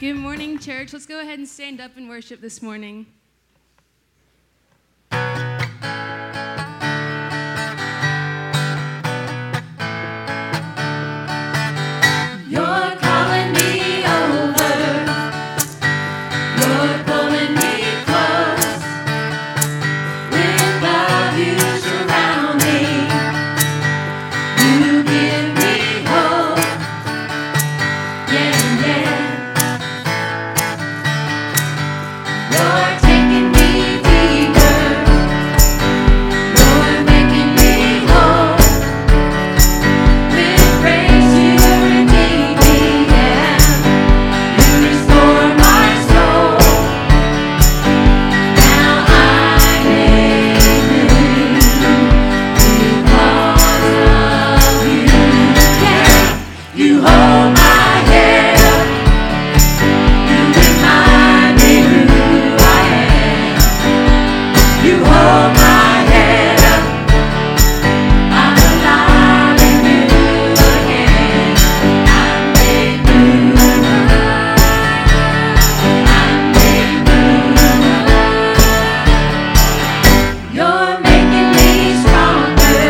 Good morning, church. Let's go ahead and stand up and worship this morning. You're calling me over. You're pulling me close. With love you surround me. You give me hope. Yeah, yeah. You're taking me deeper. You're making me whole. With grace you redeem me, yeah. You restore my soul. Now I live because of you. Yeah. You hold my head up. You remind me who I am. You hold my head up. I'm alive and new again. I'm made new. I'm made new. You're making me stronger.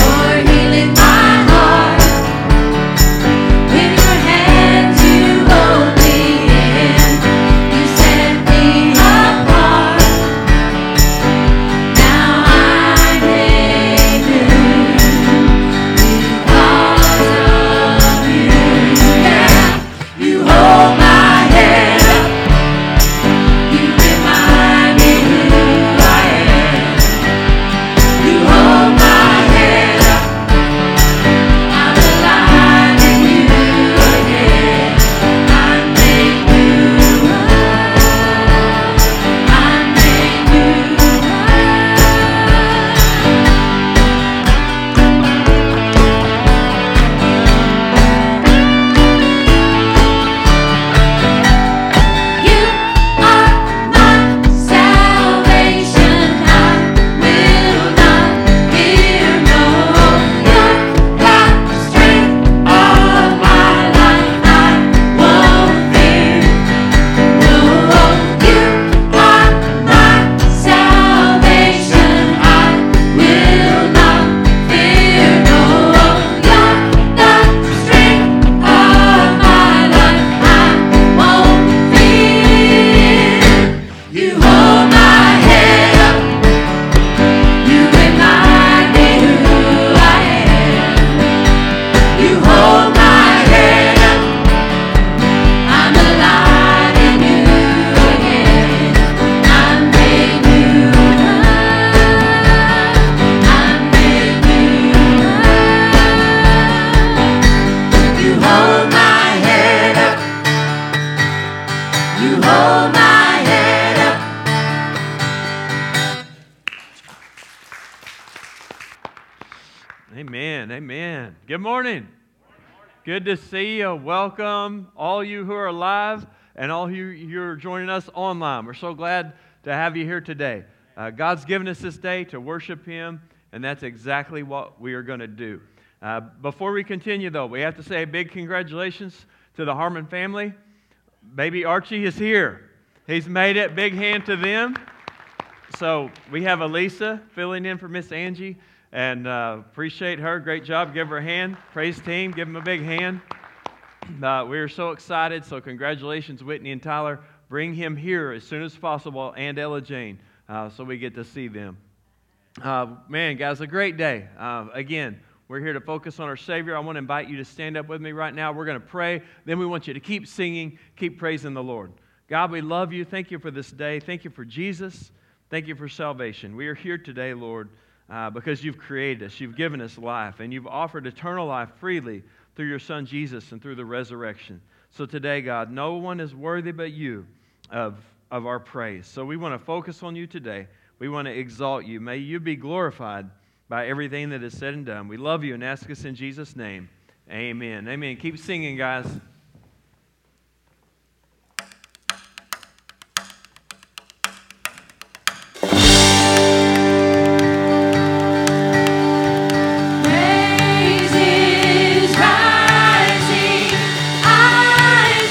You're healing my heart. With your hands you hold me in. You set me apart. Now I'm made new because of you. Yeah, you hold my head up. You remind me who I am. You hold my head up. I'm alive in you again. I'm made new. I'm made new. You are my salvation. I will not fear no. You're the strength of my life. I won't fear no. You are my salvation. I will not fear no. You're the strength of my life. I won't fear. You hold my head up. You remind me who I am. You hold my head up. I'm alive in you again. I'm made new. I'm made new. You hold my head up. You hold my head up. Amen. Amen. Good morning. Good to see you. Welcome, all you who are live and all you who are joining us online. We're so glad to have you here today. Uh, God's given us this day to worship Him, and that's exactly what we are going to do. Uh, before we continue, though, we have to say a big congratulations to the Harmon family. Baby Archie is here. He's made it. Big hand to them. So we have Elisa filling in for Miss Angie, and uh, appreciate her. Great job. Give her a hand. Praise team. Give them a big hand. Uh, we are so excited. So congratulations, Whitney and Tyler. Bring him here as soon as possible, and Ella Jane, uh, so we get to see them. Uh, man, guys, a great day. Uh, again, we're here to focus on our Savior. I want to invite you to stand up with me right now. We're going to pray. Then we want you to keep singing, keep praising the Lord. God, we love you. Thank you for this day. Thank you for Jesus. Thank you for salvation. We are here today, Lord, uh, because you've created us, you've given us life, and you've offered eternal life freely through your Son Jesus and through the resurrection. So today, God, no one is worthy but you of, of our praise. So we want to focus on you today. We want to exalt you. May you be glorified by everything that is said and done. We love you and ask us in Jesus' name. Amen. Amen. Keep singing, guys. Praise is rising, eyes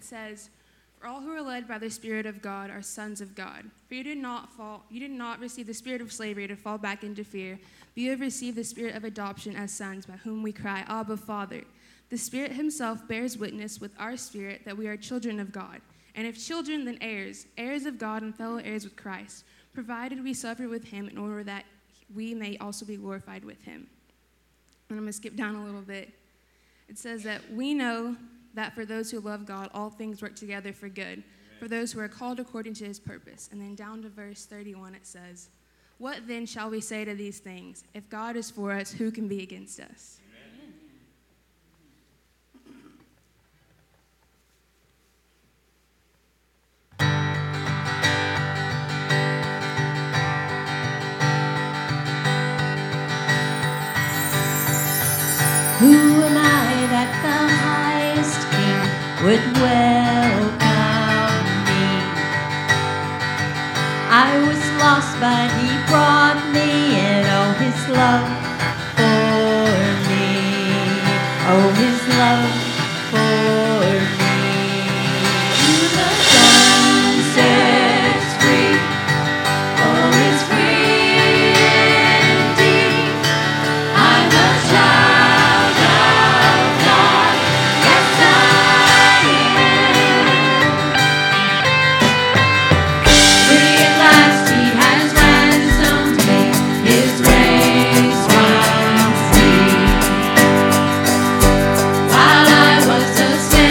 says, For all who are led by the Spirit of God are sons of God. For you did not fall you did not receive the spirit of slavery to fall back into fear, but you have received the spirit of adoption as sons, by whom we cry, Abba Father. The Spirit Himself bears witness with our spirit that we are children of God. And if children, then heirs, heirs of God and fellow heirs with Christ, provided we suffer with Him in order that we may also be glorified with Him. And I'm going to skip down a little bit. It says that we know that for those who love God, all things work together for good, for those who are called according to his purpose. And then down to verse 31, it says, What then shall we say to these things? If God is for us, who can be against us? Who am I that the highest king would welcome me? I was lost, but he brought me, and oh, his love for me. Oh, his love for me. To the sun sets free. Oh, it's free indeed. I'm a child of God. Yes, I am. Free at last, He has ransomed me. His grace was free. While I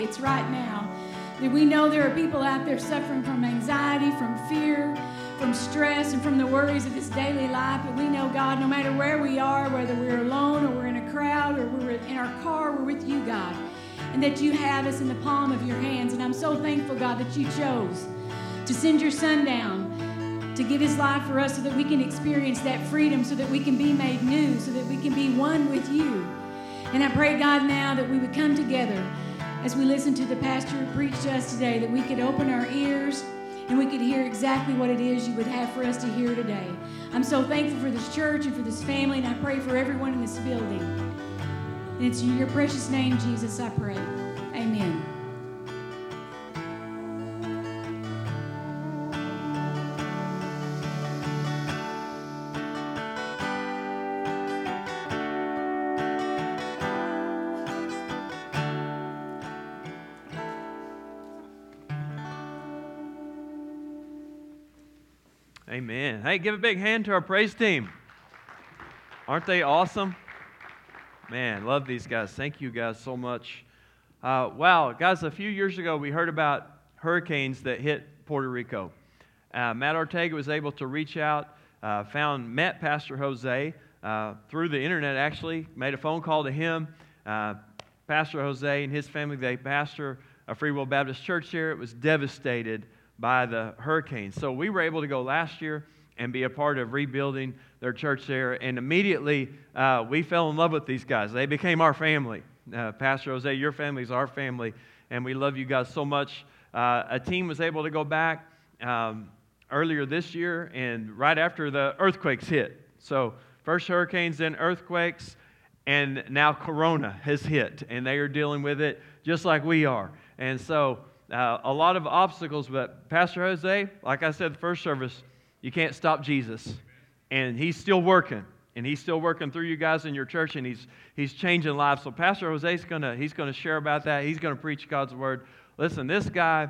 it's right now. That we know there are people out there suffering from anxiety, from fear, from stress, and from the worries of this daily life. But we know, God, no matter where we are, whether we're alone or we're in a crowd or we're in our car, we're with you, God, and that you have us in the palm of your hands. And I'm so thankful, God, that you chose to send your son down to give his life for us so that we can experience that freedom, so that we can be made new, so that we can be one with you. And I pray, God, now that we would come together as we listen to the pastor who preached to us today, that we could open our ears and we could hear exactly what it is you would have for us to hear today. I'm so thankful for this church and for this family, and I pray for everyone in this building. And it's in your precious name, Jesus, I pray. Amen. Amen. Hey, give a big hand to our praise team. Aren't they awesome? Man, love these guys. Thank you guys so much. Uh, wow, guys, a few years ago we heard about hurricanes that hit Puerto Rico. Uh, Matt Ortega was able to reach out, uh, found, met Pastor Jose uh, through the internet actually, made a phone call to him. Uh, Pastor Jose and his family, they pastor a Free Will Baptist church here. It was devastated by the hurricane. So we were able to go last year and be a part of rebuilding their church there. And immediately uh, we fell in love with these guys. They became our family. Uh, Pastor Jose, your family is our family, and we love you guys so much. Uh, a team was able to go back um, earlier this year and right after the earthquakes hit. So, first hurricanes, then earthquakes, and now Corona has hit, and they are dealing with it just like we are. And so, uh, a lot of obstacles, but Pastor Jose, like I said the first service, you can't stop Jesus. And he's still working. And he's still working through you guys in your church and he's he's changing lives. So Pastor Jose's gonna he's gonna share about that. He's gonna preach God's word. Listen, this guy,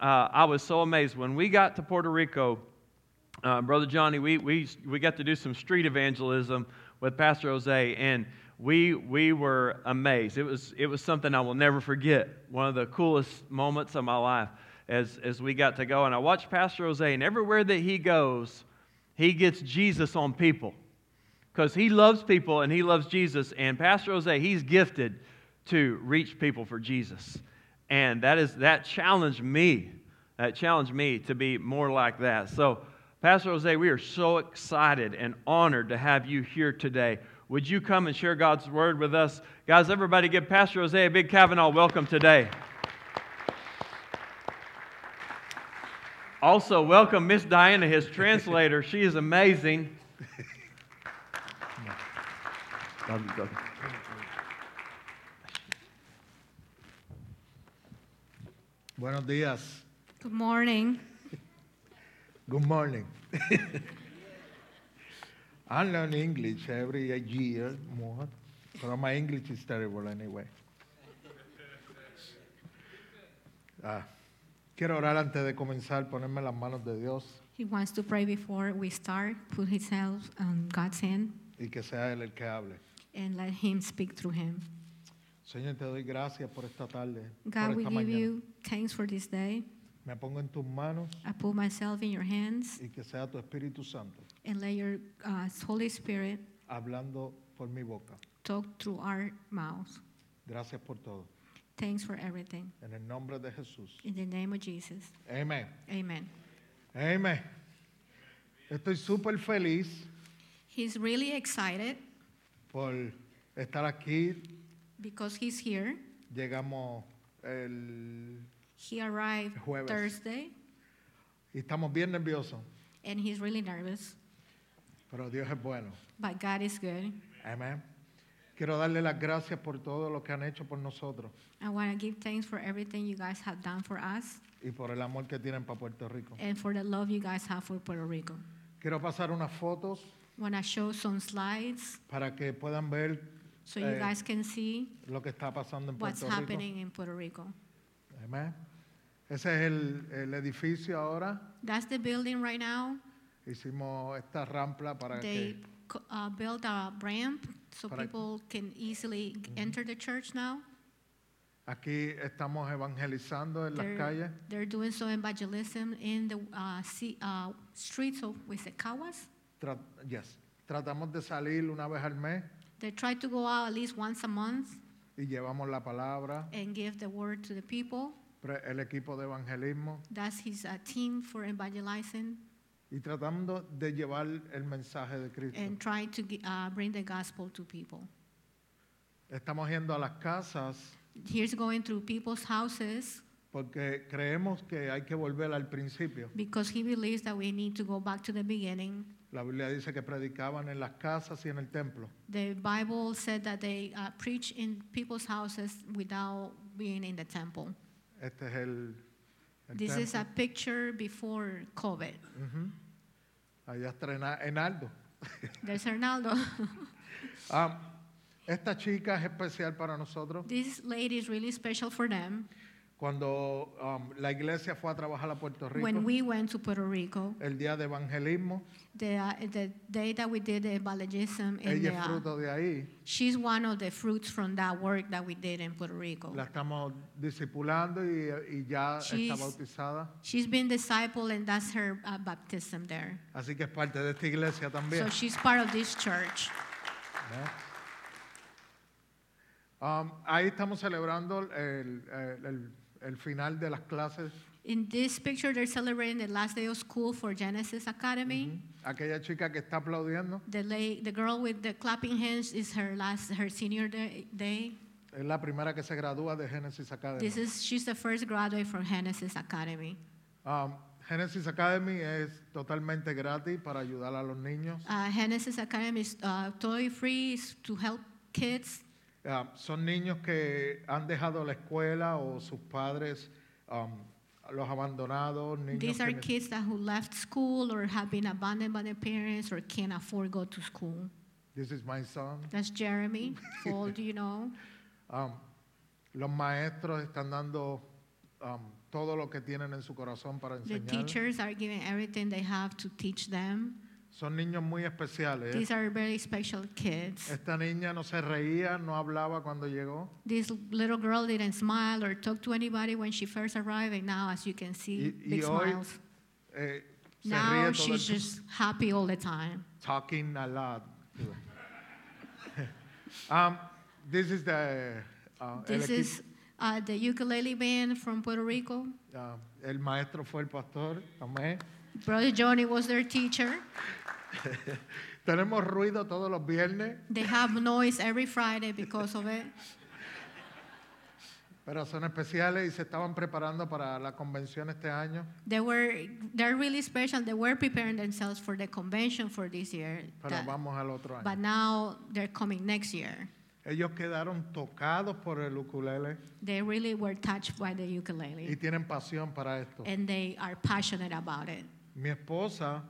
uh, I was so amazed. When we got to Puerto Rico, uh, Brother Johnny, we, we, we got to do some street evangelism with Pastor Jose, and we, we were amazed. It was, it was something I will never forget. One of the coolest moments of my life as, as we got to go. And I watched Pastor Jose, and everywhere that he goes, he gets Jesus on people because he loves people and he loves Jesus. And Pastor Jose, he's gifted to reach people for Jesus. And that, is, that challenged me. That challenged me to be more like that. So, Pastor Jose, we are so excited and honored to have you here today. Would you come and share God's word with us? Guys, everybody give Pastor Jose a big Kavanaugh welcome today. Also, welcome Miss Diana, his translator. She is amazing. Buenos días. Good morning. Good morning. I learn English every year more, but my English is terrible anyway. Ah, quiero orar antes de comenzar, ponerme en las manos de Dios He wants to pray before we start. Put himself on God's hand y que sea Él el que hable. and let Him speak through him. Señor, te doy gracias por esta tarde, God, por we esta give mañana. you thanks for this day. Me pongo en tus manos I put myself in your hands y que sea tu Espíritu Santo and let your uh, Holy Spirit hablando por mi boca. talk through our mouths. Gracias por todo. Thanks for everything. En el nombre de Jesús. In the name of Jesus. Amén. Amen. Amén. Estoy súper feliz He's really excited por estar aquí. because he's here. Llegamos el, He arrived Jueves. Thursday y estamos bien nerviosos, and he's really nervous, pero Dios es bueno. but God is good. Amén. Quiero darle las gracias por todo lo que han hecho por nosotros I want to give thanks for everything you guys have done for us y por el amor que tienen para Puerto Rico. and for the love you guys have for Puerto Rico. Quiero pasar unas fotos Want to show some slides para que puedan ver so you Eh, guys can see lo que está pasando en what's Puerto happening in Puerto Rico. Rico. Amén. Ese es el, el edificio ahora. That's the building right now. Hicimos esta rampa para They que co- uh, built a ramp so Para- people can easily g- enter the church now. Aquí estamos evangelizando en las calles. They're, they're doing so evangelism in the uh, sea, uh, streets of Wisekawas. Tra- yes. Tratamos de salir una vez al mes They try to go out at least once a month y llevamos la palabra. and give the word to the people. pre- El equipo de evangelismo That's his uh, team for evangelizing y tratando de llevar el mensaje de and Cristo. trying to gi- uh, bring the gospel to people. Estamos yendo a las casas Here's going through people's houses porque creemos que hay que volver al principio. because he believes that we need to go back to the beginning. La Biblia dice que predicaban en las casas y en el templo. The Bible said that they uh, preach in people's houses without being in the temple. Este es el, el This is a templo. picture before COVID. Ujú. Allá está Enaldo. There's Arnaldo. Ah, esta chica es especial para nosotros. this lady is really special for them. Cuando um, la iglesia fue a trabajar a Puerto Rico, When we went to Puerto Rico, el día de evangelismo, the, uh, the day that we did the evangelism, in ella the, es uh, fruto de ahí. she's one of the fruits from that work that we did in Puerto Rico. La estamos discipulando y, y ya She's- está bautizada. She's been discipled, and that's her uh, baptism there. Así que es parte de esta iglesia también. So she's part of this church. ¿no? Um, ahí estamos celebrando el, el- el- el final de las clases. In this picture, they're celebrating the last day of school for Genesis Academy. Mm-hmm. Aquella chica que está aplaudiendo The, la- the girl with the clapping hands is her last, her senior day. day. es la primera que se gradúa de Genesis Academy. This is she's the first graduate from Genesis Academy. Um, Genesis Academy es totalmente gratis para ayudar a los niños. Uh, Genesis Academy is uh, totally free is to help kids. Um, son niños que han dejado la escuela o sus padres um, los abandonados. Niños These que are ne- kids that who left school or have been abandoned by their parents or can't afford go to school. This is my son. That's Jeremy. How old do you know? Um, los maestros están dando um, todo lo que tienen en su corazón para The enseñar. teachers are giving everything they have to teach them. Son niños muy especiales. These are very special kids. Esta niña no se reía, no hablaba cuando llegó This little girl didn't smile or talk to anybody when she first arrived, and now, as you can see, Y- y big hoy smiles. eh, se Now ríe todo el she's just happy all the time. talking a lot. um, this is the uh, el, This equi- is uh, the ukulele band from Puerto Rico. uh, el maestro fue el pastor, amén. Brother Johnny was their teacher. Tenemos ruido todos los viernes, They have noise every Friday because of it. pero son especiales y se estaban preparando para la convención este año. They were they're really special. They were preparing themselves for the convention for this year. Pero that- vamos al otro año. but now they're coming next year. Ellos quedaron tocados por el ukulele They really were touched by the y ukulele, tienen pasión para esto. and they are passionate about it. Mi esposa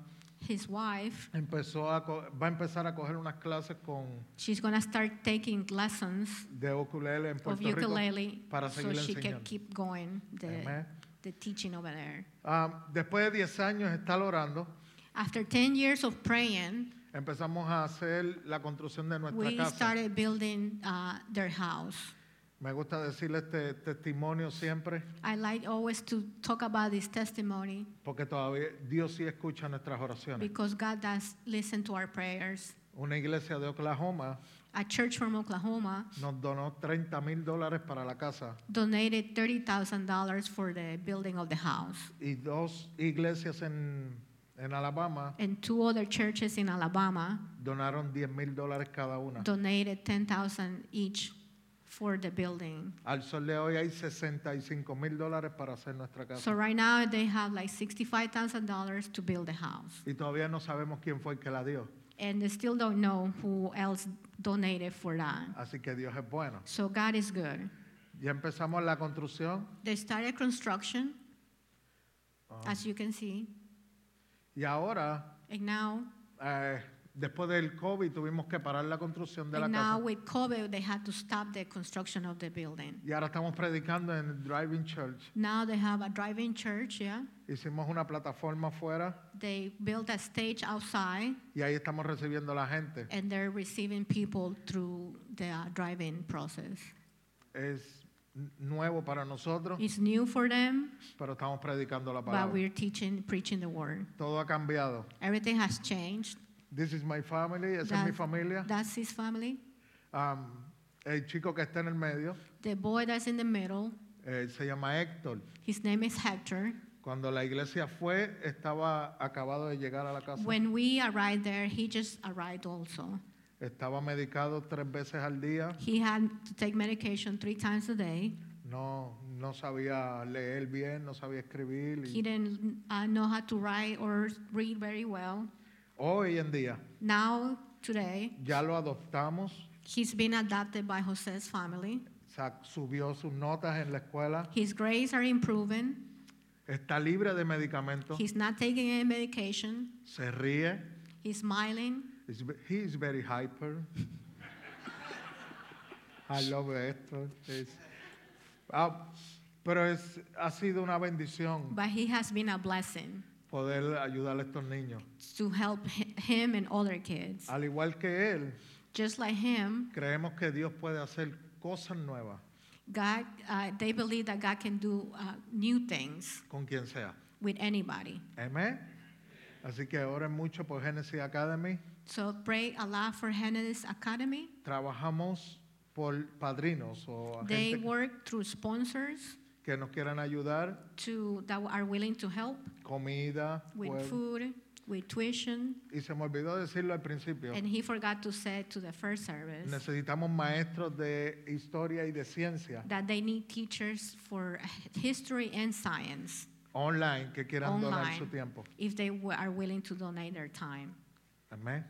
His wife, empezó a co- va a empezar a coger unas clases con she's gonna start taking lessons de ukulele en of Puerto ukulele Rico para so seguir she can enseñando. keep going the, Amen. the teaching over there. Ah, después de 10 años de estar orando, After 10 years of praying, empezamos a hacer la construcción de nuestra we casa. started building uh, their house. Me gusta decirle este testimonio siempre, I like always to talk about this testimony porque todavía Dios sí escucha nuestras oraciones. because God does listen to our prayers. Una iglesia de Oklahoma A church from Oklahoma nos donó 30 mil dólares para la casa donated $30,000 for the building of the house. y dos iglesias en, en Alabama And two other churches in Alabama donaron 10 mil dólares cada una. donated 10,000 each for the building. Al sol de hoy hay 65 mil dólares para hacer nuestra casa. So right now they have like $65,000 to build the house. y todavía no sabemos quién fue el que la dio. And they still don't know who else donated for that. Así que Dios es bueno. So God is good. Ya empezamos la construcción They started construction, Um, as you can see. y ahora, And now, eh, después del COVID, tuvimos que parar la construcción de la and now casa. with COVID, they had to stop the construction of the building. Y ahora estamos predicando en el Driving Church. Now they have a drive-in church. Yeah, Hicimos una plataforma afuera they built a stage outside, y ahí estamos recibiendo a la gente. and they're receiving people through the uh, drive-in process. Es n- nuevo para nosotros, It's new for them, pero estamos predicando la but palabra. we're teaching, preaching the word. Todo ha cambiado. Everything has changed. This is my family, esa es mi That- familia. That's his family. Am, el chico que está en el medio The boy that's in the middle, eh, se llama Héctor. his name is Hector. Cuando la iglesia fue, estaba acabado de llegar a la casa. When we arrived there, he just arrived also. Estaba medicado tres veces al día. He had to take medication three times a day. No, no sabía leer bien, no sabía escribir. y- He didn't uh, know how to write or read very well. hoy en día Now, today, ya lo adoptamos. he's been adopted by Jose's family. sa- Subió sus notas en la escuela. His grades are improving. Está libre de medicamentos. He's not taking any medication. Se ríe. He's smiling. He's, ve- he is very hyper. I love esto. Es- ah, pero es, ha sido una bendición But he has been a blessing poder ayudar a estos niños. to help hi- him and other kids. Al igual que él, Just like him, creemos que Dios puede hacer cosas nuevas God, uh, they believe that God can do uh, new things con quien sea. with anybody. Amén. Así que oren mucho por Genesis Academy. So pray a lot for Hennessy Academy. Trabajamos por padrinos o They gente work through sponsors que nos quieran ayudar, to that are willing to help comida, with juego. food, with tuition. Y se me olvidó decirlo al principio. And he forgot to say to the first service Necesitamos maestros de historia y de ciencia that they need teachers for history and science. online que quieran donar Online. su tiempo. if they w- are willing to donate their time. Amén.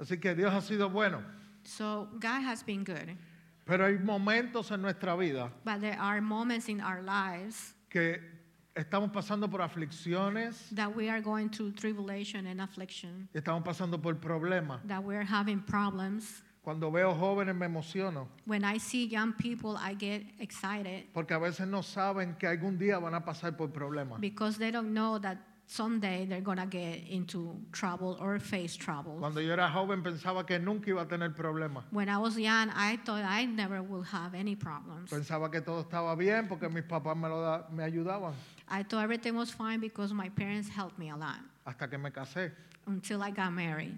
Así que Dios ha sido bueno, So God has been good, pero hay momentos en nuestra vida but there are moments in our lives que estamos pasando por aflicciones, that we are going through tribulation and affliction, estamos pasando por problemas. that we're having problems. Cuando veo jóvenes me emociono, When I see young people, I get excited porque a veces no saben que algún día van a pasar por problemas. because they don't know that someday they're going to get into trouble or face trouble. Cuando yo era joven pensaba que nunca iba a tener problemas. When I was young, I thought I never would have any problems. Pensaba que todo estaba bien porque mis papás me, lo da- me ayudaban I thought everything was fine because my parents helped me a lot hasta que me casé. until I got married.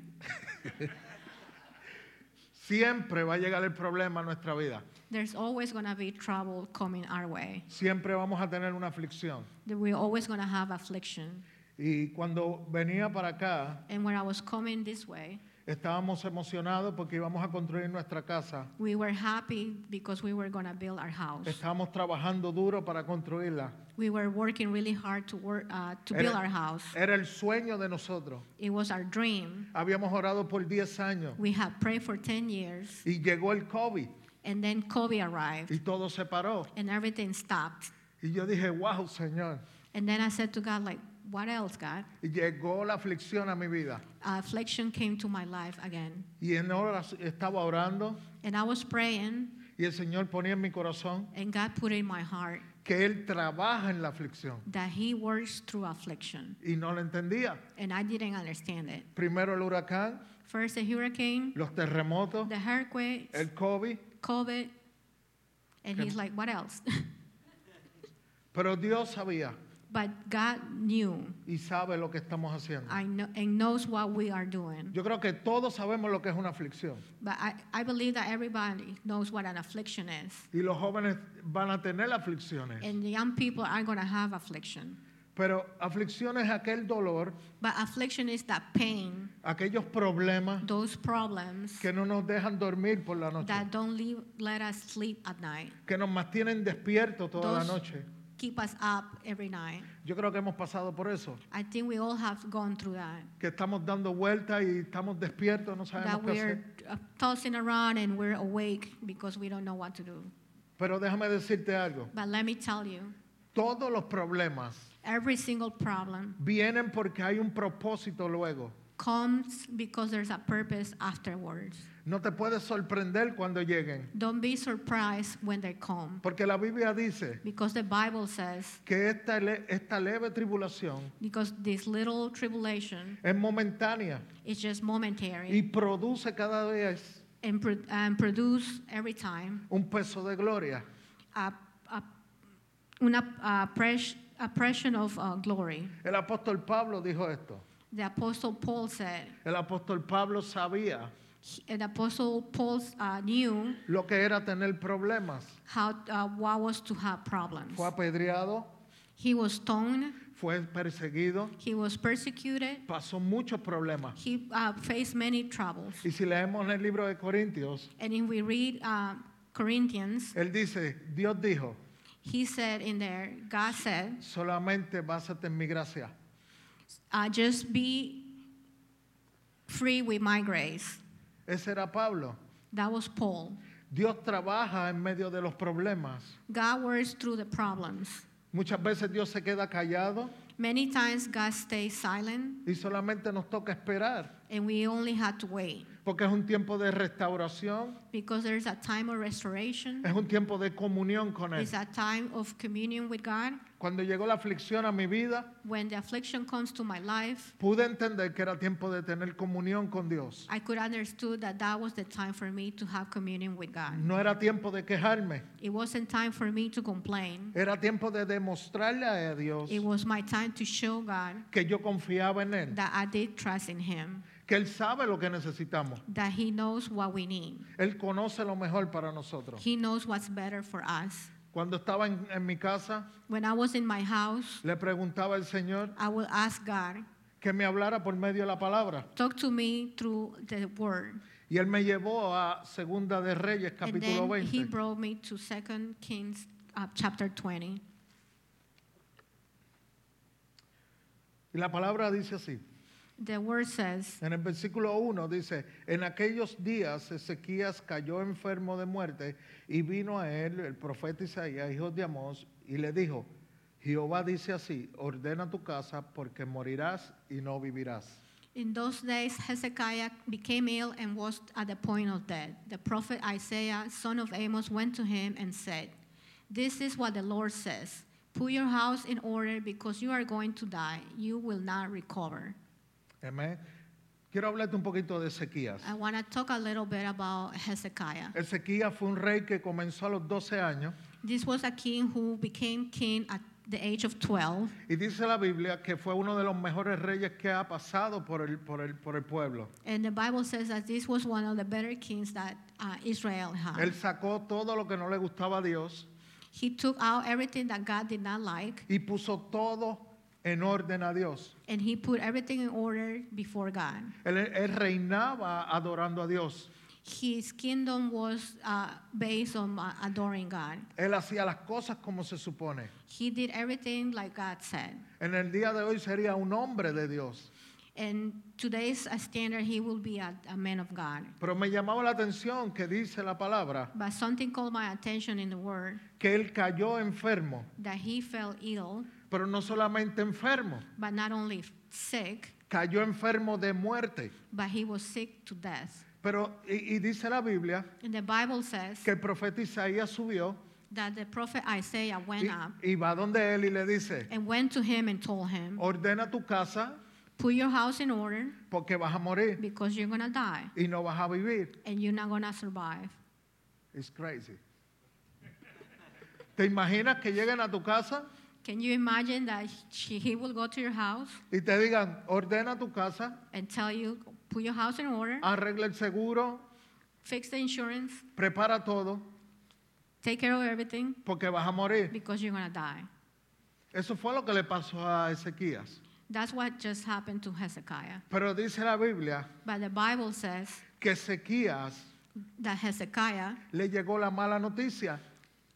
Siempre va a llegar el problema a nuestra vida. There's always going to be trouble coming our way. Siempre vamos a tener una aflicción. That We're always going to have affliction. Y cuando venía para acá, And when I was coming this way, estábamos emocionados porque íbamos a construir nuestra casa. we were happy because we were going to build our house. Estábamos trabajando duro para construirla. We were working really hard to work uh, to build Era- our house. Era el sueño de nosotros. It was our dream. Habíamos orado por 10 años We had prayed for 10 years, y llegó el COVID and then COVID arrived, y todo se paró. and everything stopped. Y yo dije, wow, Señor. And then I said to God, like, what else, God? Uh, Y llegó la aflicción a mi vida. Affliction came to my life again. Y en horas estaba orando And I was praying, y el Señor ponía en mi corazón and God put in my heart que Él trabaja en la aflicción. that He works through affliction. Y no lo entendía. And I didn't understand it. Primero el huracán, First, the hurricane, los terremotos, the earthquake, el COVID. COVID, and he's like, what else? Pero Dios sabía but God knew y sabe lo que estamos haciendo. I know, and knows what we are doing. Yo creo que todos sabemos lo que es una aflicción. But I, I believe that everybody knows what an affliction is. Y los jóvenes van a tener aflicciones. And the young people are going to have affliction. Pero aflicción es aquel dolor, But affliction is that pain, aquellos problemas those problems que no nos dejan dormir por la noche, that don't leave, let us sleep at night, que nos mantienen despiertos toda la Those- noche. keep us up every night. Yo creo que hemos pasado por eso, I think we all have gone through that. que estamos dando vueltas y estamos despiertos, no sabemos That qué we're hacer. uh, tossing around and we're awake because we don't know what to do. Pero déjame decirte algo, But let me tell you, todos los problemas every single problem vienen porque hay un propósito luego. comes because there's a purpose afterwards. No te puedes sorprender cuando lleguen, Don't be surprised when they come, porque la Biblia dice because the Bible says, que esta, le- esta leve tribulación because this little tribulation es momentánea is just y momentary produce cada vez and, pro- and produce every time un peso de gloria. a, a, una a pres- oppression of uh, glory. El apóstol Pablo dijo esto. The Apostle Paul said, El apóstol Pablo sabía he- the Apostle Paul uh, knew lo que era tener problemas. how, uh, what was to have problems. Fue apedreado, He was stoned, fue perseguido, he was persecuted, pasó muchos problemas. he uh, faced many troubles. Y si leemos en el libro de Corintios, And if we read uh, Corinthians, él dice, Dios dijo, he said in there, God said, solamente básate en mi gracia. uh, just be free with my grace. Ese era Pablo. That was Paul. Dios trabaja en medio de los problemas. God works through the problems. Muchas veces Dios se queda callado Many times God stays silent y solamente nos toca esperar, and we only had to wait porque es un tiempo de restauración, because there's a time of restoration. es un tiempo de comunión con Él. It's a time of communion with God. Cuando llegó la aflicción a mi vida, When the affliction comes to my life, pude entender que era tiempo de tener comunión con Dios. I could understood that that was the time for me to have communion with God. No era tiempo de quejarme, It wasn't time for me to complain. era tiempo de demostrarle a Dios It was my time to show God que yo confiaba en Él, that I did trust in Him, que Él sabe lo que necesitamos, that He knows what we need. Él conoce lo mejor para nosotros. He knows what's better for us. Cuando estaba en, en mi casa, When I was in my house, le preguntaba al Señor I will ask God, que me hablara por medio de la palabra. talk to me through the word. Y él me llevó a Segunda de Reyes, And capítulo then he 20. brought me to 2 Kings uh, chapter 20. Y la palabra dice así. The word says, En el versículo 1 dice, en aquellos días Ezequías cayó enfermo de muerte y vino a él el profeta Isaías, hijo de Amós, y le dijo, Jehová dice así, ordena tu casa porque morirás y no vivirás. In those days, Hezekiah became ill and was at the point of death. The prophet Isaiah, son of Amos, went to him and said, This is what the Lord says Put your house in order because you are going to die. You will not recover. Amén. Quiero hablarte un poquito de Ezequías. I want to talk a little bit about Hezekiah. Ezequías fue un rey que comenzó a los 12 años This was a king who became king at the age of 12. y dice la Biblia que fue uno de los mejores reyes que ha pasado por el, por el, por el pueblo. And the Bible says that this was one of the better kings that uh, Israel had. Él sacó todo lo que no le gustaba a Dios He took out everything that God did not like y puso todo en orden a Dios. and he put everything in order before God. Él, él reinaba adorando a Dios. His kingdom was uh, based on uh, adoring God. Él hacía las cosas como se supone. He did everything like God said. En el día de hoy sería un hombre de Dios. And today's uh, standard, he will be a, a man of God. Pero me llamaba la atención que dice la palabra But something caught my attention in the word que él cayó enfermo, that he fell ill, pero no solamente enfermo, but not only sick, cayó enfermo de muerte. but he was sick to death. Pero y, y dice la Biblia And the Bible says que el profeta Isaías subió that the prophet Isaiah y, went up y va donde él y le dice, and went to him and told him, ordena tu casa Put your house in order porque vas a morir. because you're going to die y no vas a vivir. and you're not going to survive. It's crazy. ¿Te imaginas que lleguen a tu casa Can you imagine that she, he will go to your house y te digan, ordena tu casa, and tell you, Put your house in order, arregla el seguro, fix the insurance, prepara todo, take care of everything porque vas a morir? because you're going to die? Eso fue lo que le pasó a Ezequías. That's what just happened to Hezekiah. Pero dice la Biblia But the Bible says que Ezequías that Hezekiah le llegó la mala noticia.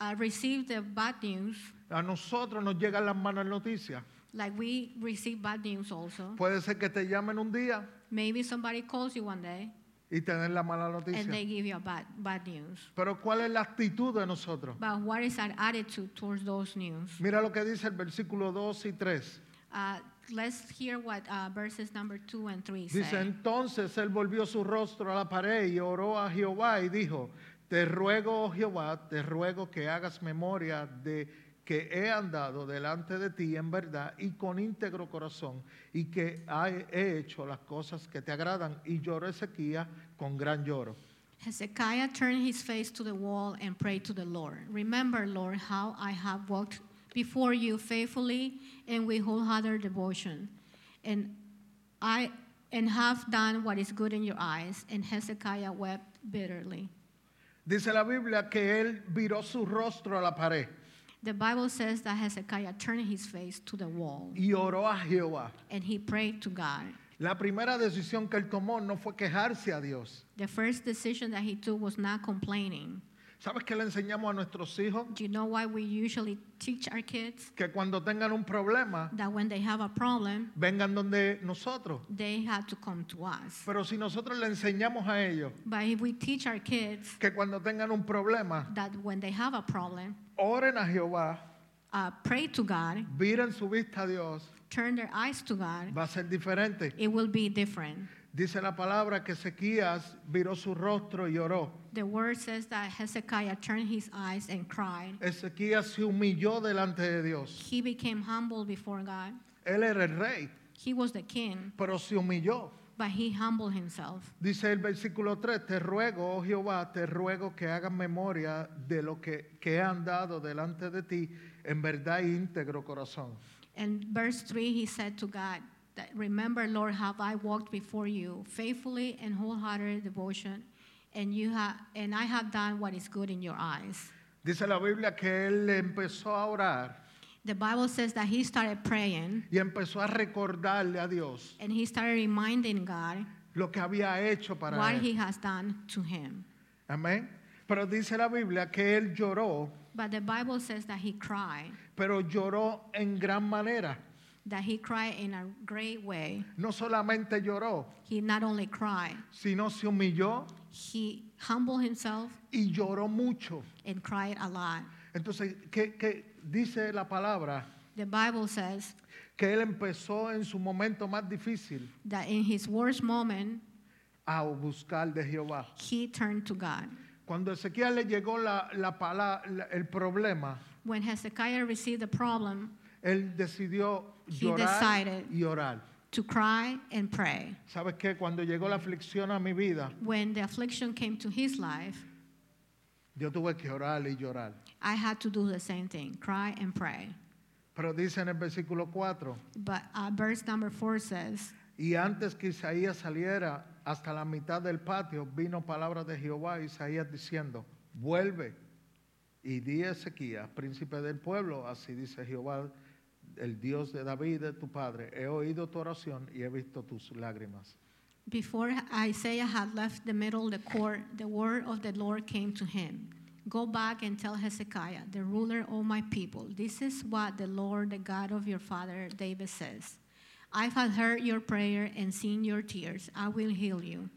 uh, received the bad news, A nosotros nos llegan las malas noticias. like we receive bad news also. Puede ser que te llamen un día Maybe somebody calls you one day y te den la mala and they noticia. give you a bad, bad news. Pero ¿cuál es la actitud de nosotros? But what is our attitude towards those news? Mira lo que dice el versículo 2 y 3. Uh, let's hear what uh, verses number two and three say. Dice entonces él volvió su rostro a la pared y oró a Jehová y dijo, te ruego, oh Jehová, te ruego que hagas memoria de que he andado delante de ti en verdad y con íntegro corazón y que ha- he hecho las cosas que te agradan. Y lloró Ezequías con gran lloro. Hezekiah turned his face to the wall and prayed to the Lord. Remember, Lord, how I have walked before you faithfully and with wholehearted devotion, and I and have done what is good in your eyes. And Hezekiah wept bitterly. Dice la Biblia que él viró su rostro a la pared The Bible says that Hezekiah turned his face to the wall y oró a Jehová. and he prayed to God. La primera decisión que él tomó no fue quejarse a Dios. The first decision that he took was not complaining. ¿Sabes qué le enseñamos a nuestros hijos? Do you know why we usually teach our kids Que cuando tengan un problema, that when they have a problem, vengan donde nosotros. they have to come to us? Pero si nosotros le enseñamos a ellos But if we teach our kids que cuando tengan un problema, that when they have a problem, oren a Jehová, uh, pray to God, viren su vista a Dios, turn their eyes to God, va a ser diferente. it will be different. Dice la palabra que Ezequías viró su rostro y oró. The word says that Hezekiah turned his eyes and cried. Ezequías se humilló delante de Dios. He became humble before God. Él era el rey, He was the king, pero se humilló. but he humbled himself. Dice el versículo 3, te ruego, oh Jehová, te ruego que hagas memoria de lo que, que he andado delante de ti en verdad e íntegro corazón. And verse 3, he said to God, that, Remember, Lord, have I walked before you faithfully and wholehearted devotion, and, you have, and I have done what is good in your eyes. Dice la Biblia que él empezó a orar The Bible says that he started praying y empezó a recordarle a Dios and he started reminding God lo que había hecho para what he él. has done to him. Amén. Pero dice la Biblia que él lloró, But the Bible says that he cried, pero lloró en gran manera. that he cried in a great way. No solamente lloró, He not only cried, sino se humilló he humbled himself y lloró mucho. and cried a lot. Entonces, ¿qué, qué dice la palabra? The Bible says que él empezó en su momento más difícil that in his worst moment, a buscar de Jehová. he turned to God. Cuando Ezequiel le llegó la, la pala- la- el problema, When Hezekiah received the problem, él decidió llorar decided. y orar. to cry and pray. ¿Sabes qué? Cuando llegó la aflicción a mi vida, When the affliction came to his life, yo tuve que orar y llorar. I had to do the same thing cry and pray. Pero dice en el versículo 4, But uh, verse number four says, y antes que Isaías saliera hasta la mitad del patio, vino palabra de Jehová a Isaías diciendo, vuelve y di a Ezequías, príncipe del pueblo, así dice Jehová, el Dios de David, de tu padre, he oído tu oración y he visto tus lágrimas. Before Isaiah had left the middle of the court, the word of the Lord came to him. Go back and tell Hezekiah, the ruler of my people, this is what the Lord, the God of your father David says. I have heard your prayer and seen your tears. I will heal you.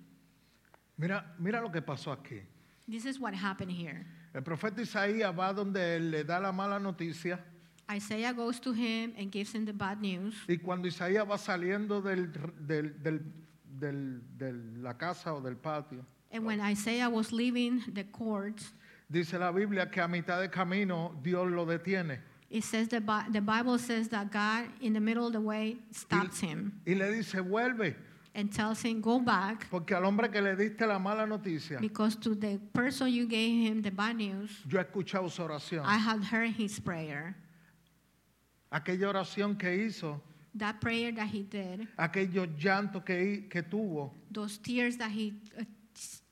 Mira, mira lo que pasó aquí. This is what happened here. El profeta Isaías va donde él le da la mala noticia Isaiah goes to him and gives him the bad news. y cuando Isaías va saliendo del- del- del- del- de la casa o del patio, And when Isaiah was leaving the court, Dice la Biblia que a mitad de camino Dios lo detiene it says the, Bi- the Bible says that God, in the middle of the way, stops him y le dice, vuelve, and tells him, Go back porque al hombre que le diste la mala noticia, Because to the person you gave him the bad news, yo he escuchado su oración. I had heard his prayer. Aquella oración que hizo, That prayer that he did, aquellos llantos que, hi- que tuvo, those tears that he uh,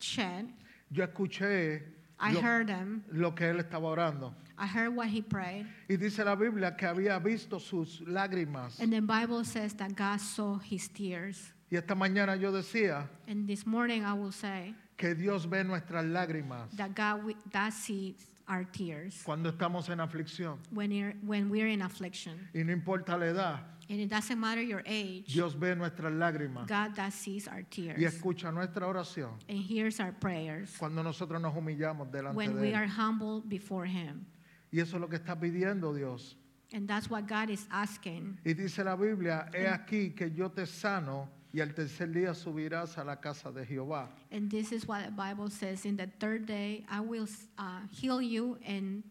shed, yo escuché I lo, heard them. lo que él estaba orando. I heard what he prayed. Y dice la Biblia que había visto sus lágrimas. And the Bible says that God saw his tears. Y esta mañana yo decía And this morning I will say que Dios ve nuestras lágrimas that God wi- that sees our tears cuando estamos en aflicción. when, you're, when we're in affliction. Y no importa la edad, And it doesn't matter your age, Dios ve nuestras lágrimas. God that sees our y tears escucha nuestra oración and hears our prayers cuando nosotros nos humillamos delante when de we Él. are humble before him. Y eso es lo que está pidiendo Dios. And that's what God is asking. Y dice la Biblia, he aquí que yo te sano y al tercer día subirás a la casa de Jehová. And this is what the Bible says in the third day, I will uh, heal you and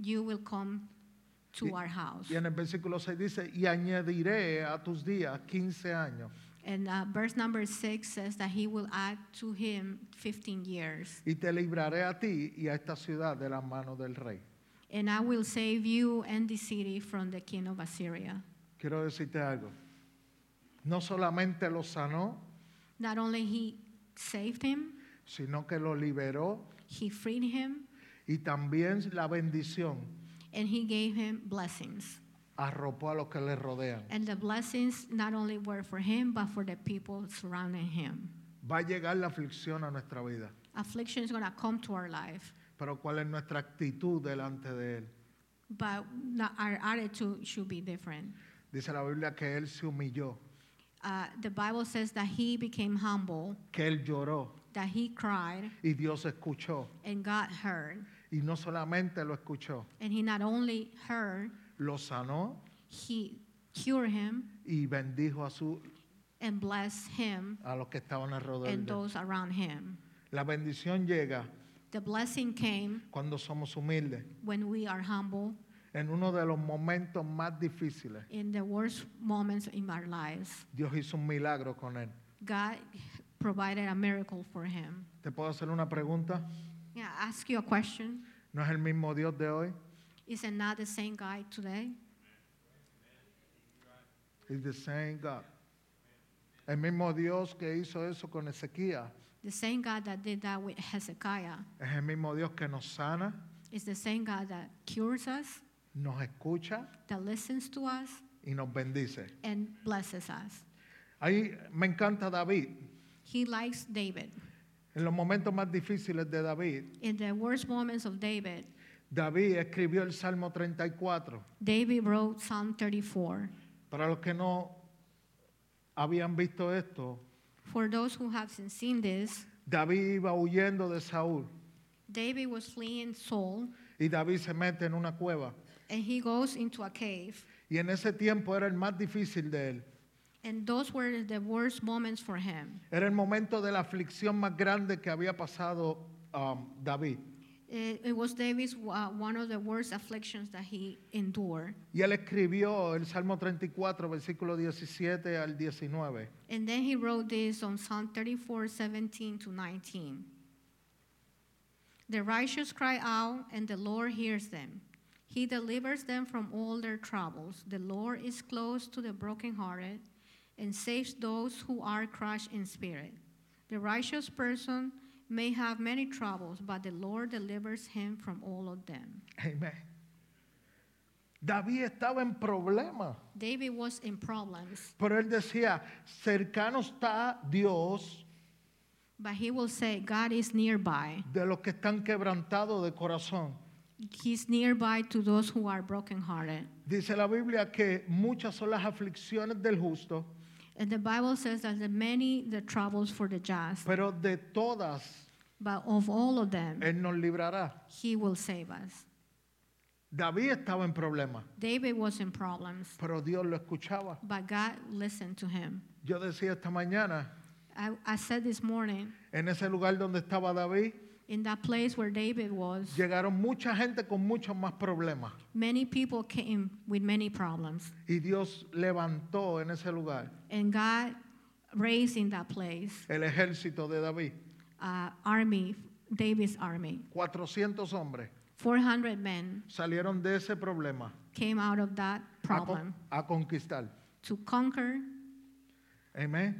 you will come to Y- our house. Y en el versículo 6 dice, y añadiré a tus días 15 años. And uh, verse number six says that he will add to him 15 years. y te libraré a ti y a esta ciudad de las manos del rey. And I will save you and the city from the king of Assyria. Quiero decirte algo. No solamente lo sanó, Not only he saved him, sino que lo liberó he freed him, y también la bendición and he gave him blessings. arropó a los que le rodean. And the blessings not only were for him, but for the people surrounding him. Va a llegar la aflicción a nuestra vida, Affliction is going to come to our life, pero ¿cuál es nuestra actitud delante de Él? but not, our attitude should be different. Dice la Biblia que Él se humilló, Uh, the Bible says that he became humble, que Él lloró that he cried, y Dios escuchó. and God heard. Y no solamente lo escuchó, And he not only heard, lo sanó he cured him y bendijo a, su, and blessed him a los que estaban alrededor. and de él. those around him. La bendición llega The blessing came cuando somos humildes. when we are humble En uno de los momentos más difíciles, in the worst moments in our lives. Dios hizo un milagro con él. God provided a miracle for him. ¿Te puedo hacer una pregunta? Yeah, I ask you a question. ¿No es el mismo Dios de hoy? Is it not the same guy today? It's the same God. El mismo Dios que hizo eso con Ezequiel The same God that did that with Hezekiah es el mismo Dios que nos sana, is the same God that cures us, nos escucha that listens to us, y nos bendice. and blesses us. Ahí me encanta David. He likes David. En los momentos más difíciles de David, In the worst moments of David, David escribió el Salmo 34. David wrote Psalm 34. Para los que no habían visto esto, For those who haven't seen this, David iba huyendo de Saúl David was fleeing Saul, y David se mete en una cueva. and he goes into a cave. Y en ese tiempo era el más difícil de él. And those were the worst moments for him. Era el momento de la aflicción más grande que había pasado um, David. It, it was David's uh, one of the worst afflictions that he endured. Y él escribió el Salmo 34, versículo 17 al 19. And then he wrote this on Psalm 34, 17 to 19. The righteous cry out, and the Lord hears them. He delivers them from all their troubles. The Lord is close to the brokenhearted and saves those who are crushed in spirit. The righteous person may have many troubles, but the Lord delivers him from all of them. Amén. David estaba en problemas, David was in problems, pero él decía, cercano está Dios but he will say, God is nearby. de los que están quebrantados de corazón. He's nearby to those who are brokenhearted. Dice la Biblia que muchas son las aflicciones del justo, And the Bible says that the many the troubles for the just, pero de todas but of all of them, él nos librará. he will save us. David estaba en problemas, David was in problems, pero Dios lo escuchaba. but God listened to him. Yo decía esta mañana, I, I said this morning, en ese lugar donde estaba David, in that place where David was, llegaron mucha gente con muchos más problemas. many people came with many problems, Y Dios levantó en ese lugar and God raised in that place el ejército de David, uh, army, David's army. 400 hombres. 400 men Salieron de ese problema came out of that a, problem con- a conquistar. to conquer Amén.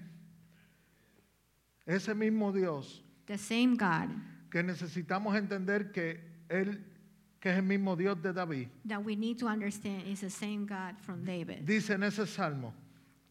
Ese mismo Dios the same God que necesitamos entender que Él, que es el mismo Dios de David, that we need to understand is the same God from David. dice en ese salmo,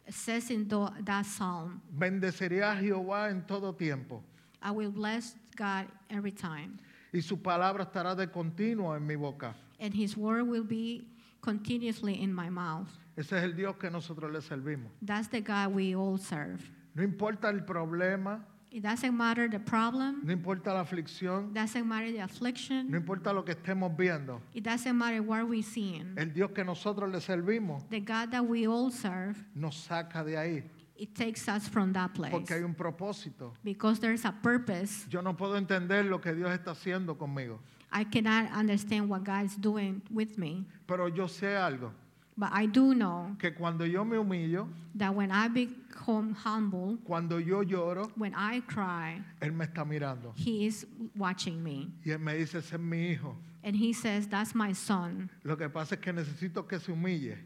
It says in tho- that psalm, bendeciré a Jehová en todo tiempo I will bless God every time, y su palabra estará de continuo en mi boca. and his word will be continuously in my mouth. Ese es el Dios que nosotros le servimos. That's the God we all serve. No importa el problema, It doesn't matter the problem, no importa la aflicción, doesn't matter the no affliction, importa lo que estemos viendo. it doesn't matter what we're seeing. El Dios que nosotros le servimos The God that we all serve, nos saca de ahí it takes us from that place porque hay un propósito. because there's a purpose. Yo no puedo entender lo que Dios está haciendo conmigo, I cannot understand what God's doing with me, pero yo sé algo. But I do know que cuando yo me humillo, that when I become humble, cuando yo lloro, when I cry, Él me está mirando. He is watching me. Y Él me dice, ese es mi hijo. And He says, That's my son. Lo que pasa es que necesito que se humille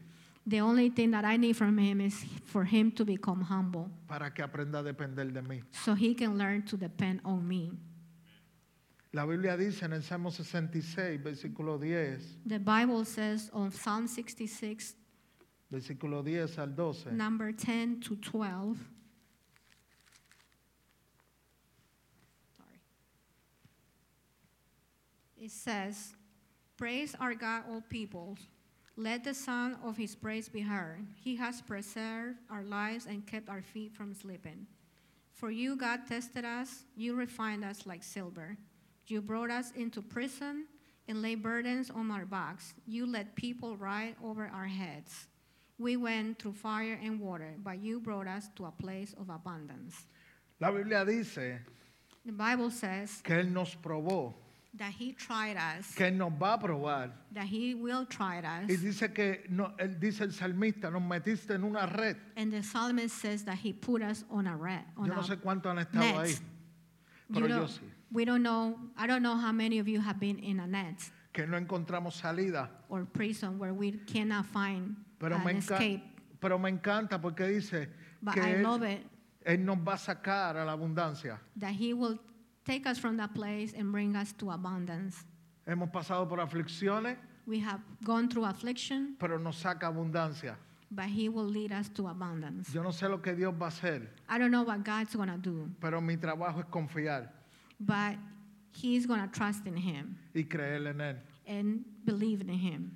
The only thing that I need from Him is for Him to become humble para que aprenda a depender de mí. so He can learn to depend on me. La Biblia dice en el Salmo 66, versículo 10, The Bible says on Psalm 66, versículo 10 al 12, number 10 to 12. Sorry. It says, Praise our God, all peoples. Let the sound of his praise be heard. He has preserved our lives and kept our feet from slipping. For you, God, tested us. You refined us like silver. You brought us into prison and laid burdens on our backs. You let people ride over our heads. We went through fire and water, but you brought us to a place of abundance. la Biblia dice The Bible says que Él nos probó, that He tried us, que Él nos va a probar. that He will try us. Y dice que, no- él dice el salmista, nos metiste en una red. And the psalmist says that He put us on a red. Yo On no a, sé cuántos han estado net. ahí, Oh, You pero yo don't- sí. We don't know, I don't know how many of you have been in a net Que no encontramos salida. or prison where we cannot find Pero, an me, enca- escape. pero me encanta porque dice But que I él, love it Él nos va a sacar a la abundancia. that He will take us from that place and bring us to abundance. Hemos pasado por aflicciones, We have gone through affliction, pero nos saca abundancia. but He will lead us to abundance. Yo no sé lo que Dios va a hacer, I don't know what God's going to do, pero mi trabajo es confiar but he's going to trust in him y creer en Él. and believe in him.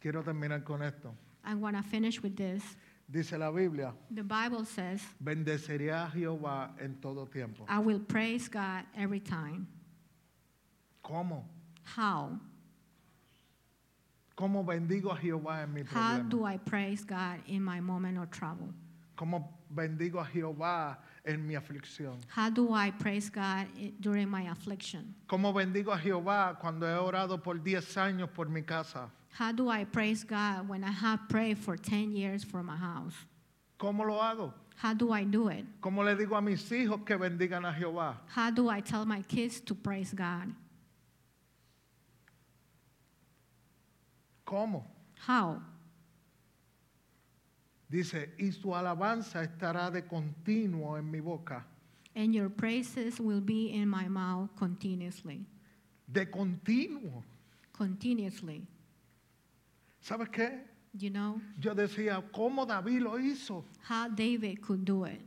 Quiero terminar con esto. I want to finish with this. Dice la Biblia, The Bible says, bendeciré a Jehová en todo tiempo. I will praise God every time. ¿Cómo? How? ¿Cómo bendigo a Jehová en mi How problema? do I praise God in my moment of trouble? ¿Cómo bendigo a Jehová en mi aflicción? How do I praise God i- during my affliction? ¿Cómo bendigo a Jehová cuando he orado por 10 años por mi casa? How do I praise God when I have prayed for 10 years for my house? ¿Cómo lo hago? How do I do it? ¿Cómo le digo a mis hijos que bendigan a Jehová? How do I tell my kids to praise God? ¿Cómo? How? Dice, y su alabanza estará de continuo en mi boca. And your praises will be in my mouth continuously. De continuo. Continuously. ¿Sabes qué? You know Yo decía, ¿cómo David lo hizo? how David could do it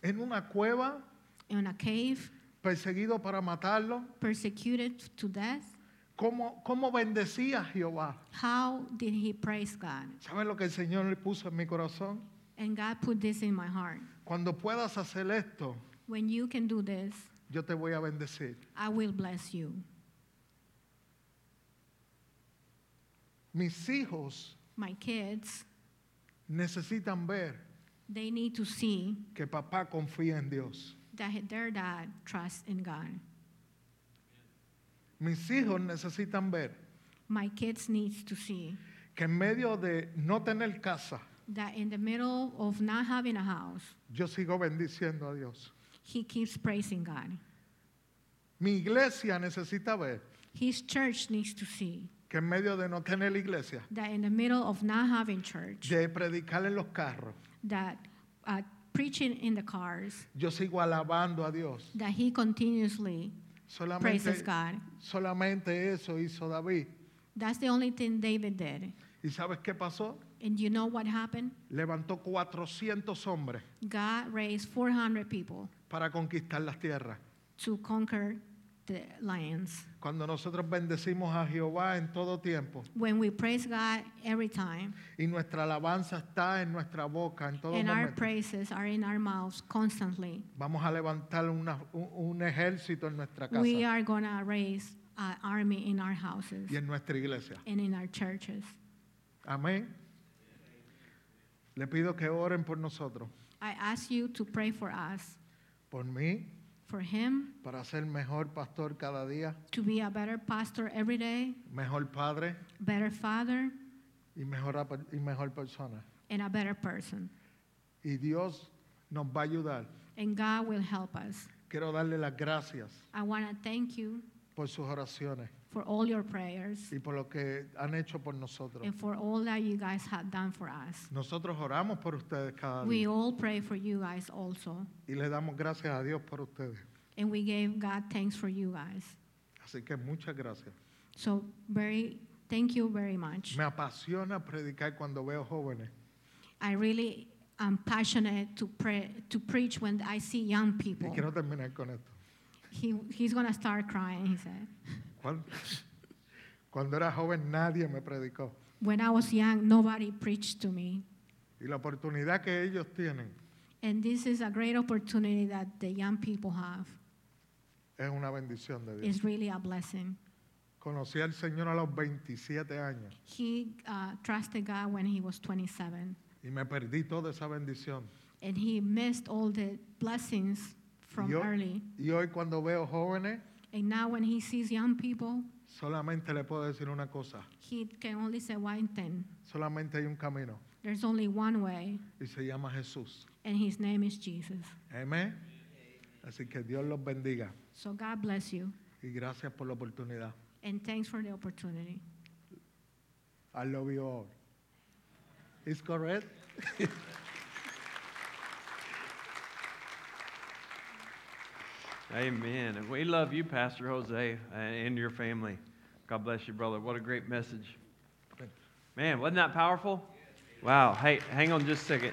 En una cueva, in a cave, perseguido para matarlo. persecuted to death. ¿Cómo, cómo bendecía a Jehová? How did he praise God? ¿Sabes lo que el Señor le puso en mi corazón? And God put this in my heart. Cuando puedas hacer esto, When you can do this, yo te voy a bendecir. I will bless you. Mis hijos My kids, necesitan ver they need to see que papá confía en Dios. that their dad trusts in God. Mis hijos necesitan ver My kids needs to see que en medio de no tener casa, that in the middle of not having a house, yo sigo bendiciendo a Dios. he keeps praising God. Mi iglesia necesita ver His church needs to see que en medio de no tener iglesia, that in the middle of not having church, de predicar en los carros, that uh, preaching in the cars, yo sigo alabando a Dios. that he continuously praises Solamente, God. solamente eso hizo David. That's the only thing David did. ¿Y sabes qué pasó? And you know what happened? Levantó 400 hombres God raised 400 people para conquistar las tierras. to conquer the lions. Cuando nosotros bendecimos a Jehová en todo tiempo When we praise God every time, y nuestra alabanza está en nuestra boca en todo and our momento, praises are in our mouths constantly, vamos a levantar una- un, un ejército en nuestra casa we y are going to raise an army in our houses en nuestra iglesia. and in our churches. Amén. Le pido que oren por nosotros, I ask you to pray for us, por mí, for him para ser mejor pastor cada día, to be a better pastor every day, mejor padre, better father, y mejor, per- y mejor persona. and a better person. Y Dios nos va a ayudar. And God will help us. Quiero darle las gracias I want to thank you por sus oraciones for all your prayers y por lo que han hecho por nosotros. and for all that you guys have done for us. Nosotros oramos por ustedes cada We día all pray for you guys also. y le damos gracias a Dios por ustedes. And we gave God thanks for you guys. Así que muchas gracias. So very thank you very much. Me apasiona predicar cuando veo jóvenes. I really am passionate to pray to preach when I see young Y people. quiero terminar con esto. He, he's gonna start crying, he said. Cuando, cuando era joven nadie me predicó. When I was young, nobody preached to me. Y la oportunidad que ellos tienen And this is a great opportunity that the young people have. es una bendición de Dios. It's really a blessing. Conocí al Señor a los 27 años He uh, trusted God when he was 27, y me perdí toda esa bendición. and he missed all the blessings from Yo- early. Y hoy cuando veo jóvenes, And now, when he sees young people, solamente le puedo decir una cosa. he can only say one thing Solamente hay un camino there's only one way, y se llama Jesús. and his name is Jesus. Amén. Así que Dios los bendiga So, God bless you, y gracias por la oportunidad. and thanks for the opportunity. I love you all. Is correct? Amen. And we love you, Pastor Jose, uh, and your family. God bless you, brother. What a great message. Man, wasn't that powerful? Wow. Hey, hang on just a second.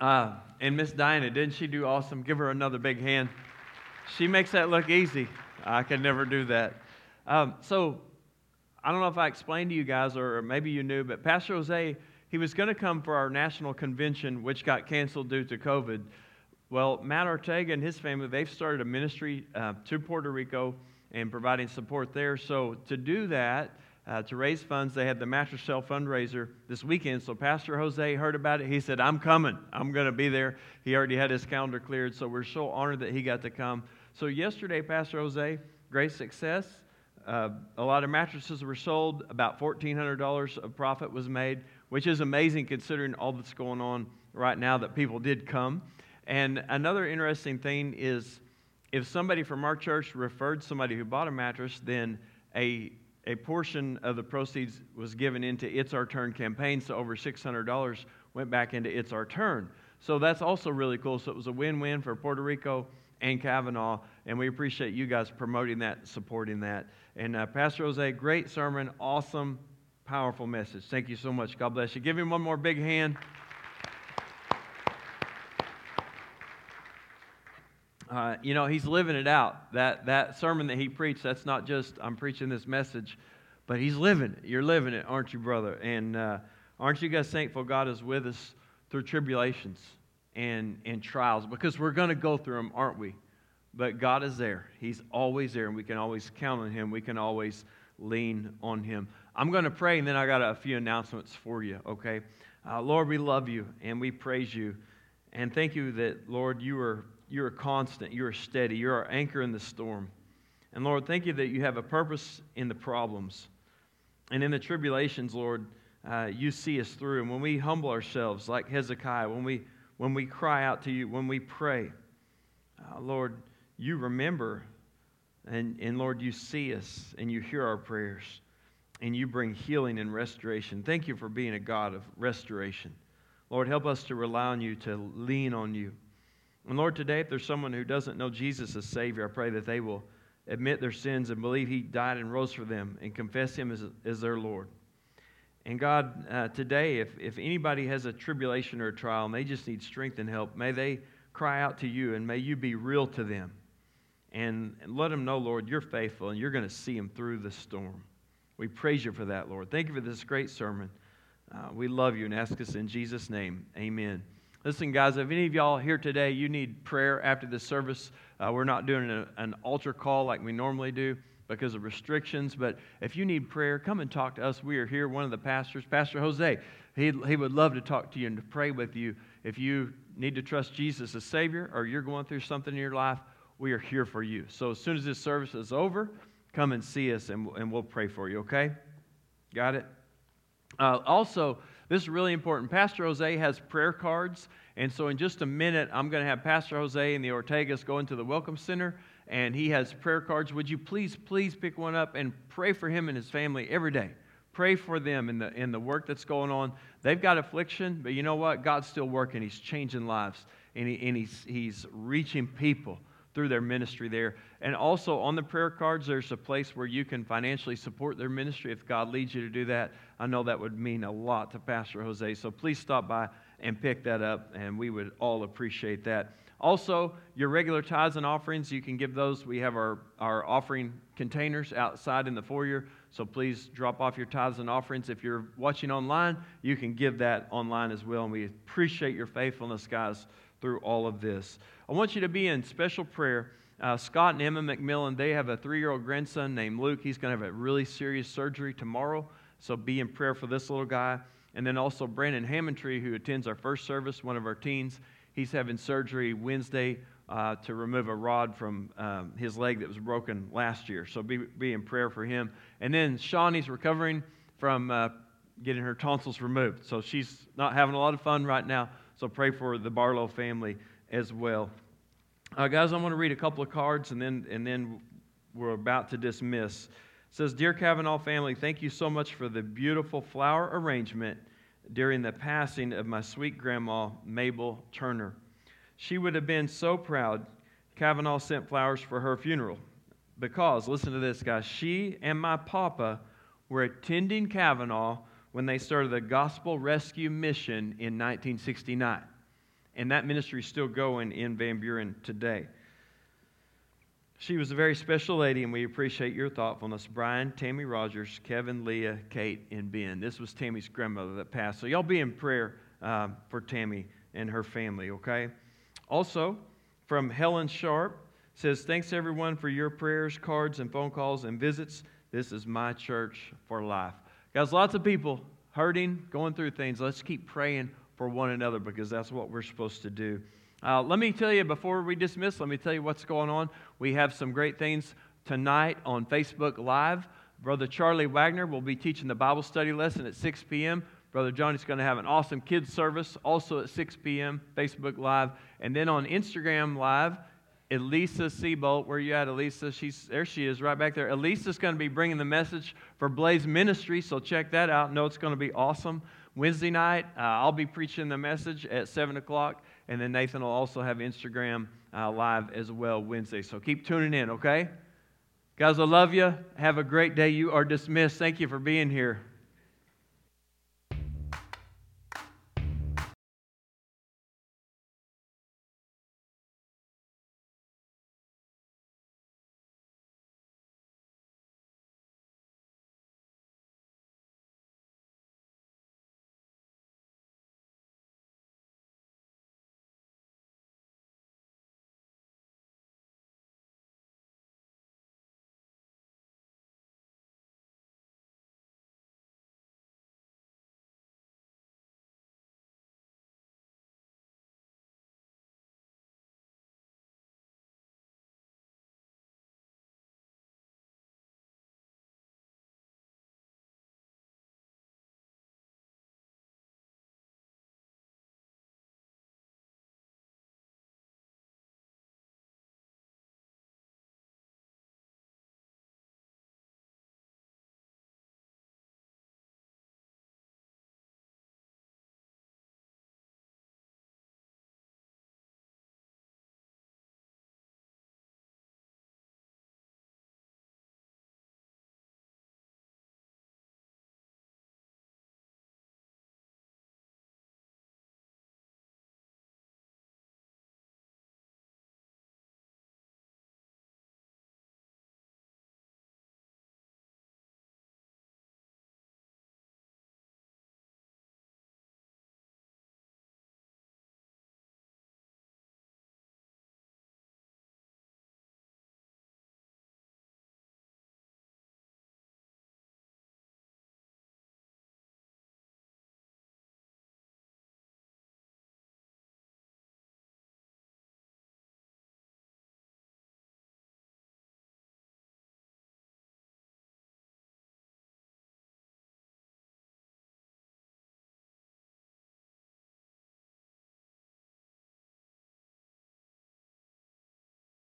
Uh, and Miss Diana, didn't she do awesome? Give her another big hand. She makes that look easy. I could never do that. Um, so, I don't know if I explained to you guys, or or maybe you knew, but Pastor Jose, he was going to come for our national convention, which got canceled due to COVID. Well, Matt Ortega and his family, they've started a ministry uh, to Puerto Rico and providing support there. So, to do that, uh, to raise funds, they had the mattress sale fundraiser this weekend. So, Pastor Jose heard about it. He said, I'm coming. I'm going to be there. He already had his calendar cleared. So, we're so honored that he got to come. So, yesterday, Pastor Jose, great success. Uh, a lot of mattresses were sold. About $1,400 of profit was made, which is amazing considering all that's going on right now that people did come. And another interesting thing is if somebody from our church referred somebody who bought a mattress, then a, a portion of the proceeds was given into It's Our Turn campaign. So over $600 went back into It's Our Turn. So that's also really cool. So it was a win win for Puerto Rico and Kavanaugh, and we appreciate you guys promoting that, supporting that. And uh, Pastor Jose, great sermon, awesome, powerful message. Thank you so much. God bless you. Give him one more big hand. Uh, you know, he's living it out. That, that sermon that he preached, that's not just, I'm preaching this message, but he's living it. You're living it, aren't you, brother? And uh, aren't you guys thankful God is with us through tribulations and, and trials? Because we're going to go through them, aren't we? But God is there. He's always there, and we can always count on Him. We can always lean on Him. I'm going to pray, and then I got a few announcements for you, okay? Uh, Lord, we love you and we praise you. And thank you that, Lord, you are, you are constant, you are steady, you're our anchor in the storm. And Lord, thank you that you have a purpose in the problems. And in the tribulations, Lord, uh, you see us through. And when we humble ourselves like Hezekiah, when we, when we cry out to you, when we pray, uh, Lord, you remember, and, and Lord, you see us, and you hear our prayers, and you bring healing and restoration. Thank you for being a God of restoration. Lord, help us to rely on you, to lean on you. And Lord, today, if there's someone who doesn't know Jesus as Savior, I pray that they will admit their sins and believe He died and rose for them and confess Him as, as their Lord. And God, uh, today, if, if anybody has a tribulation or a trial and they just need strength and help, may they cry out to you and may you be real to them. And, and let them know, Lord, you're faithful and you're going to see them through the storm. We praise you for that, Lord. Thank you for this great sermon. Uh, we love you and ask us in Jesus' name. Amen. Listen, guys, if any of y'all here today, you need prayer after this service, uh, we're not doing a- an altar call like we normally do because of restrictions. But if you need prayer, come and talk to us. We are here, one of the pastors, Pastor Jose. He, he would love to talk to you and to pray with you. If you need to trust Jesus as Savior or you're going through something in your life, we are here for you. So as soon as this service is over, come and see us and, and we'll pray for you, okay? Got it? Uh, also, this is really important. Pastor Jose has prayer cards. And so, in just a minute, I'm going to have Pastor Jose and the Ortegas go into the Welcome Center. And he has prayer cards. Would you please, please pick one up and pray for him and his family every day? Pray for them in the, in the work that's going on. They've got affliction, but you know what? God's still working. He's changing lives, and, he, and he's, he's reaching people through their ministry there. And also on the prayer cards, there's a place where you can financially support their ministry if God leads you to do that. I know that would mean a lot to Pastor Jose, so please stop by and pick that up, and we would all appreciate that. Also, your regular tithes and offerings, you can give those. We have our, our offering containers outside in the foyer, so please drop off your tithes and offerings. If you're watching online, you can give that online as well, and we appreciate your faithfulness, guys through all of this. I want you to be in special prayer. Uh, Scott and Emma McMillan, they have a three year old grandson named Luke. He's going to have a really serious surgery tomorrow, so be in prayer for this little guy. And then also Brandon Hammondtree, who attends our first service, one of our teens, he's having surgery Wednesday uh, to remove a rod from um, his leg that was broken last year. So be, be in prayer for him. And then Shawnee's recovering from uh, getting her tonsils removed. So she's not having a lot of fun right now. So pray for the Barlow family as well. Uh, guys, I'm going to read a couple of cards and then, and then we're about to dismiss. It says, Dear Kavanaugh family, thank you so much for the beautiful flower arrangement during the passing of my sweet grandma, Mabel Turner. She would have been so proud Kavanaugh sent flowers for her funeral because, listen to this, guys, she and my papa were attending Kavanaugh when they started the Gospel Rescue Mission in 1969. And that ministry is still going in Van Buren today. She was a very special lady, and we appreciate your thoughtfulness. Brian, Tammy Rogers, Kevin, Leah, Kate, and Ben. This was Tammy's grandmother that passed. So, y'all be in prayer um, for Tammy and her family, okay? Also, from Helen Sharp says, Thanks everyone for your prayers, cards, and phone calls and visits. This is my church for life. Guys, lots of people hurting, going through things. Let's keep praying for one another because that's what we're supposed to do. Uh, let me tell you before we dismiss, let me tell you what's going on. We have some great things tonight on Facebook Live. Brother Charlie Wagner will be teaching the Bible study lesson at 6 p.m. Brother Johnny's going to have an awesome kids service also at 6 p.m. Facebook Live. And then on Instagram Live, Elisa Seabolt. Where you at, Elisa? She's there. She is right back there. Elisa's going to be bringing the message for Blaze Ministry, so check that out. No, it's going to be awesome. Wednesday night, uh, I'll be preaching the message at seven o'clock, and then Nathan will also have Instagram uh, live as well Wednesday. So keep tuning in, okay? Guys, I love you. Have a great day. You are dismissed. Thank you for being here.